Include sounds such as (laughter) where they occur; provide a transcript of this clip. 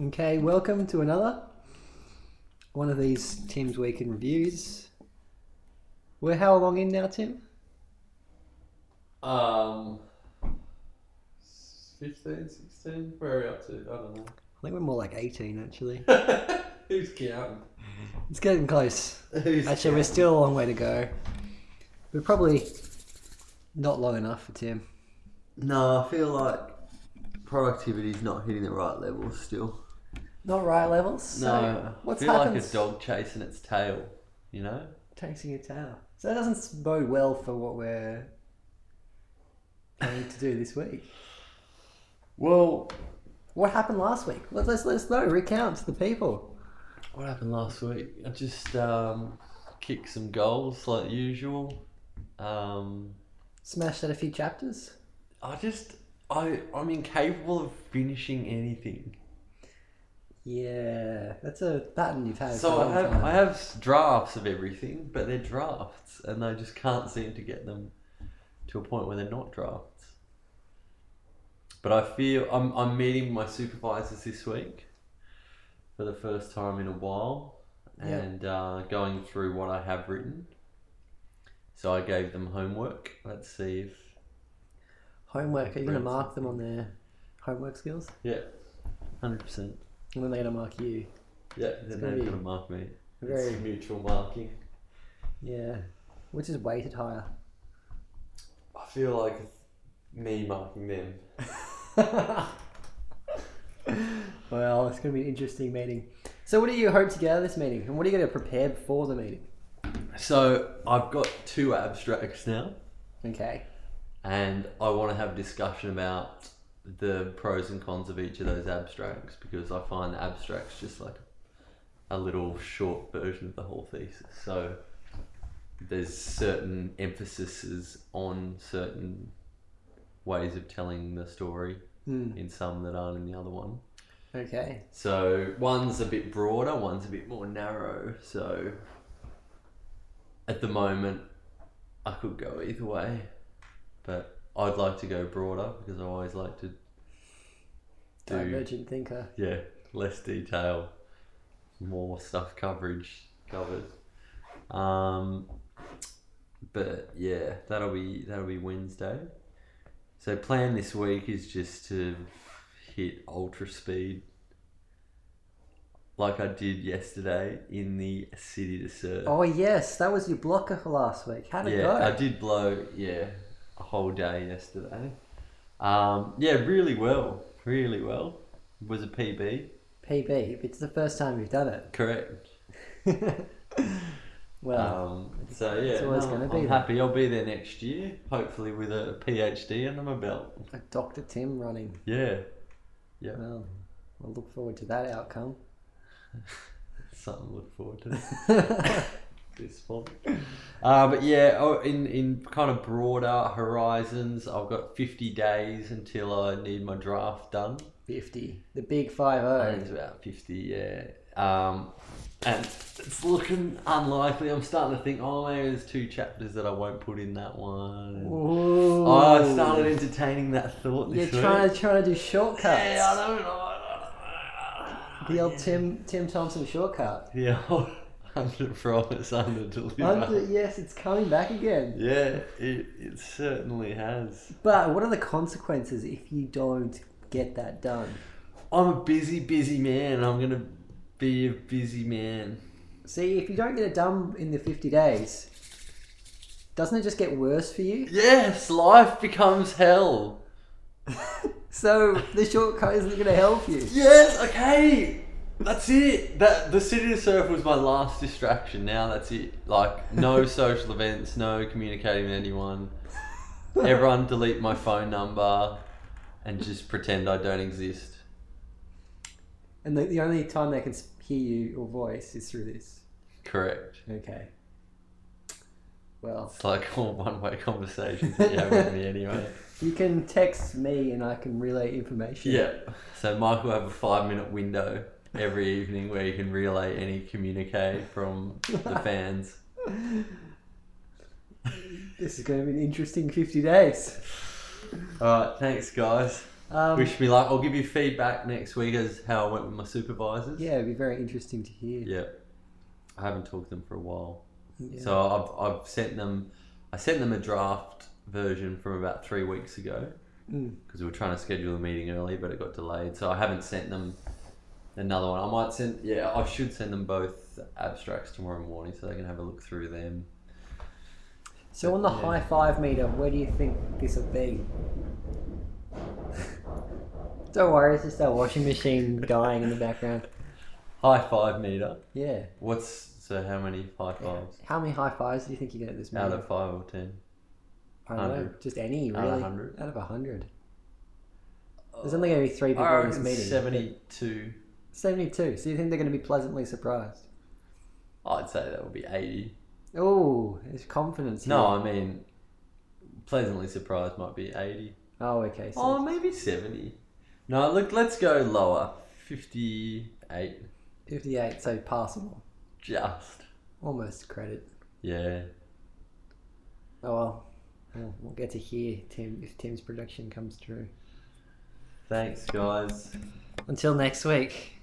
Okay, welcome to another one of these Tim's Week in Reviews. We're how long in now, Tim? Um, 15, 16? Where are we up to? I don't know. I think we're more like 18, actually. (laughs) Who's counting? It's getting close. Who's Actually, we're still a long way to go. We're probably not long enough for Tim. No, I feel like productivity's not hitting the right level still. Not right levels. So no, what's I feel happened? like a dog chasing its tail. You know, Taxing a tower. So that doesn't bode well for what we're planning to do this week. Well, What happened last week? Let, let's let us know. Recount to the people. what happened last week? I just um, kicked some goals like usual. Um, Smashed out a few chapters. I just, I, I'm incapable of finishing anything. Yeah, that's a pattern you've had. for a So long I have, time. I have drafts of everything, but they're drafts, and I just can't seem to get them to a point where they're not drafts. But I feel I'm, I'm meeting my supervisors this week for the first time in a while, Yeah. and uh, going through what I have written. So I gave them homework. Let's see if Homework. Are you going to Brilliant. mark them on their homework skills? yeah, hundred percent. And then they're going to mark you. Yeah, gonna then they're be gonna mark me. very- It's mutual marking. Yeah, which is weighted (laughs) higher. I feel like it's me marking them. well, it's going to be an interesting meeting. So, what do you hope to get out of this meeting, and what are you going to prepare for the meeting? So I've got two abstracts now, Okay. and I want to have a discussion about the pros and cons of each of those abstracts because I find the abstracts just like a little short version of the whole thesis. So there's certain emphases on certain ways of telling the story Hmm. in some that aren't in the other one. Okay. So one's a bit broader, one's a bit more narrow. So at the moment, I could go either way, but I'd like to go broader because I always like to do Divergent thinker. yeah less detail, more stuff coverage covered. Um, but yeah, that'll be that'll be Wednesday. So plan this week is just to hit ultra speed like I did yesterday in the city to serve. Oh yes, that was your blocker for last week. How'd it yeah, go? I did blow yeah a whole day yesterday. Um, yeah, really well, really well. Was a PB, PB. It's the first time you've done correct? it. well, Um, so yeah, it's always no, gonna I'm be there. happy. I'll be there next year, hopefully with a PhD under my belt. Doctor Tim running. Yeah, Well, we'll look forward to that outcome. something to look forward to. (laughs) this one. Uh, but yeah, oh, in in kind of broader horizons, I've got fifty days until I need my draft done. Fifty. The big five I think zero. it's about fifty. Yeah, um, and it's looking unlikely. I'm starting to think, oh, maybe there's two chapters that I won't put in that one. And- Ooh. Oh, I started entertaining that thought You're this week. trying to trying to do shortcuts. Yeah, I don't know. The old Tim Tim Thompson shortcut. Yeah, (laughs) under promise, under deliver. Under- yes, it's coming back again. Yeah, it, it certainly has. But what are the consequences if you don't get that done? I'm a busy, busy man. I'm gonna be a busy man. See, if you don't get it done in the fifty days, doesn't it just get worse for you? Yes, life becomes hell. So the shortcut isn't going to help you. Yes, okay. That's it. That the city to surf was my last distraction. Now that's it. Like (laughs) no social events, no communicating with anyone. Everyone delete my phone number and just pretend I don't exist. And the, the only time they can s- hear you or voice is through this. Correct. Okay. Well, It's like all one-way conversations that you have with me anyway. you can text me and I can relay information. (laughs) Yeah. So Michael have a five-minute window every evening where you can relay any communique from (laughs) the fans. This is going to be an interesting 50 days. All right. Thanks, guys. Um, Wish me luck. I'll give you feedback next week as how I went with my supervisors. yeah, it'd be very interesting to hear. Yeah. I haven't talked to them for a while. Yeah. So I've, I've sent them, I sent them a draft version from about three weeks ago Mm. because we were trying to schedule a meeting early, but it got delayed. So I haven't sent them another one. I might send, yeah, I should send them both abstracts tomorrow morning so they can have a look through them. So on the Yeah. high five meter, where do you think this will be? (laughs) Don't worry, it's just our washing machine dying in the background. High five meter. Yeah. What's so? How many high fives How many high fives do you think you get at this out meeting? of five or ten? I don't know, 100. just any Out of really. 100. Out of a hundred. There's only going to be three people in this meeting. seventy-two. Seventy-two. So you think they're going to be pleasantly surprised? I'd say that would be eighty. Oh, there's confidence. Here. No, I mean, pleasantly surprised might be eighty. Oh, okay. So Oh, maybe seventy. No, look, let's go lower. Fifty-eight, fifty-eight. So passable. just. Almost credit. Yeah. Oh well. We'll we'll get to hear Tim if Tim's production comes through. Thanks, guys. Until next week.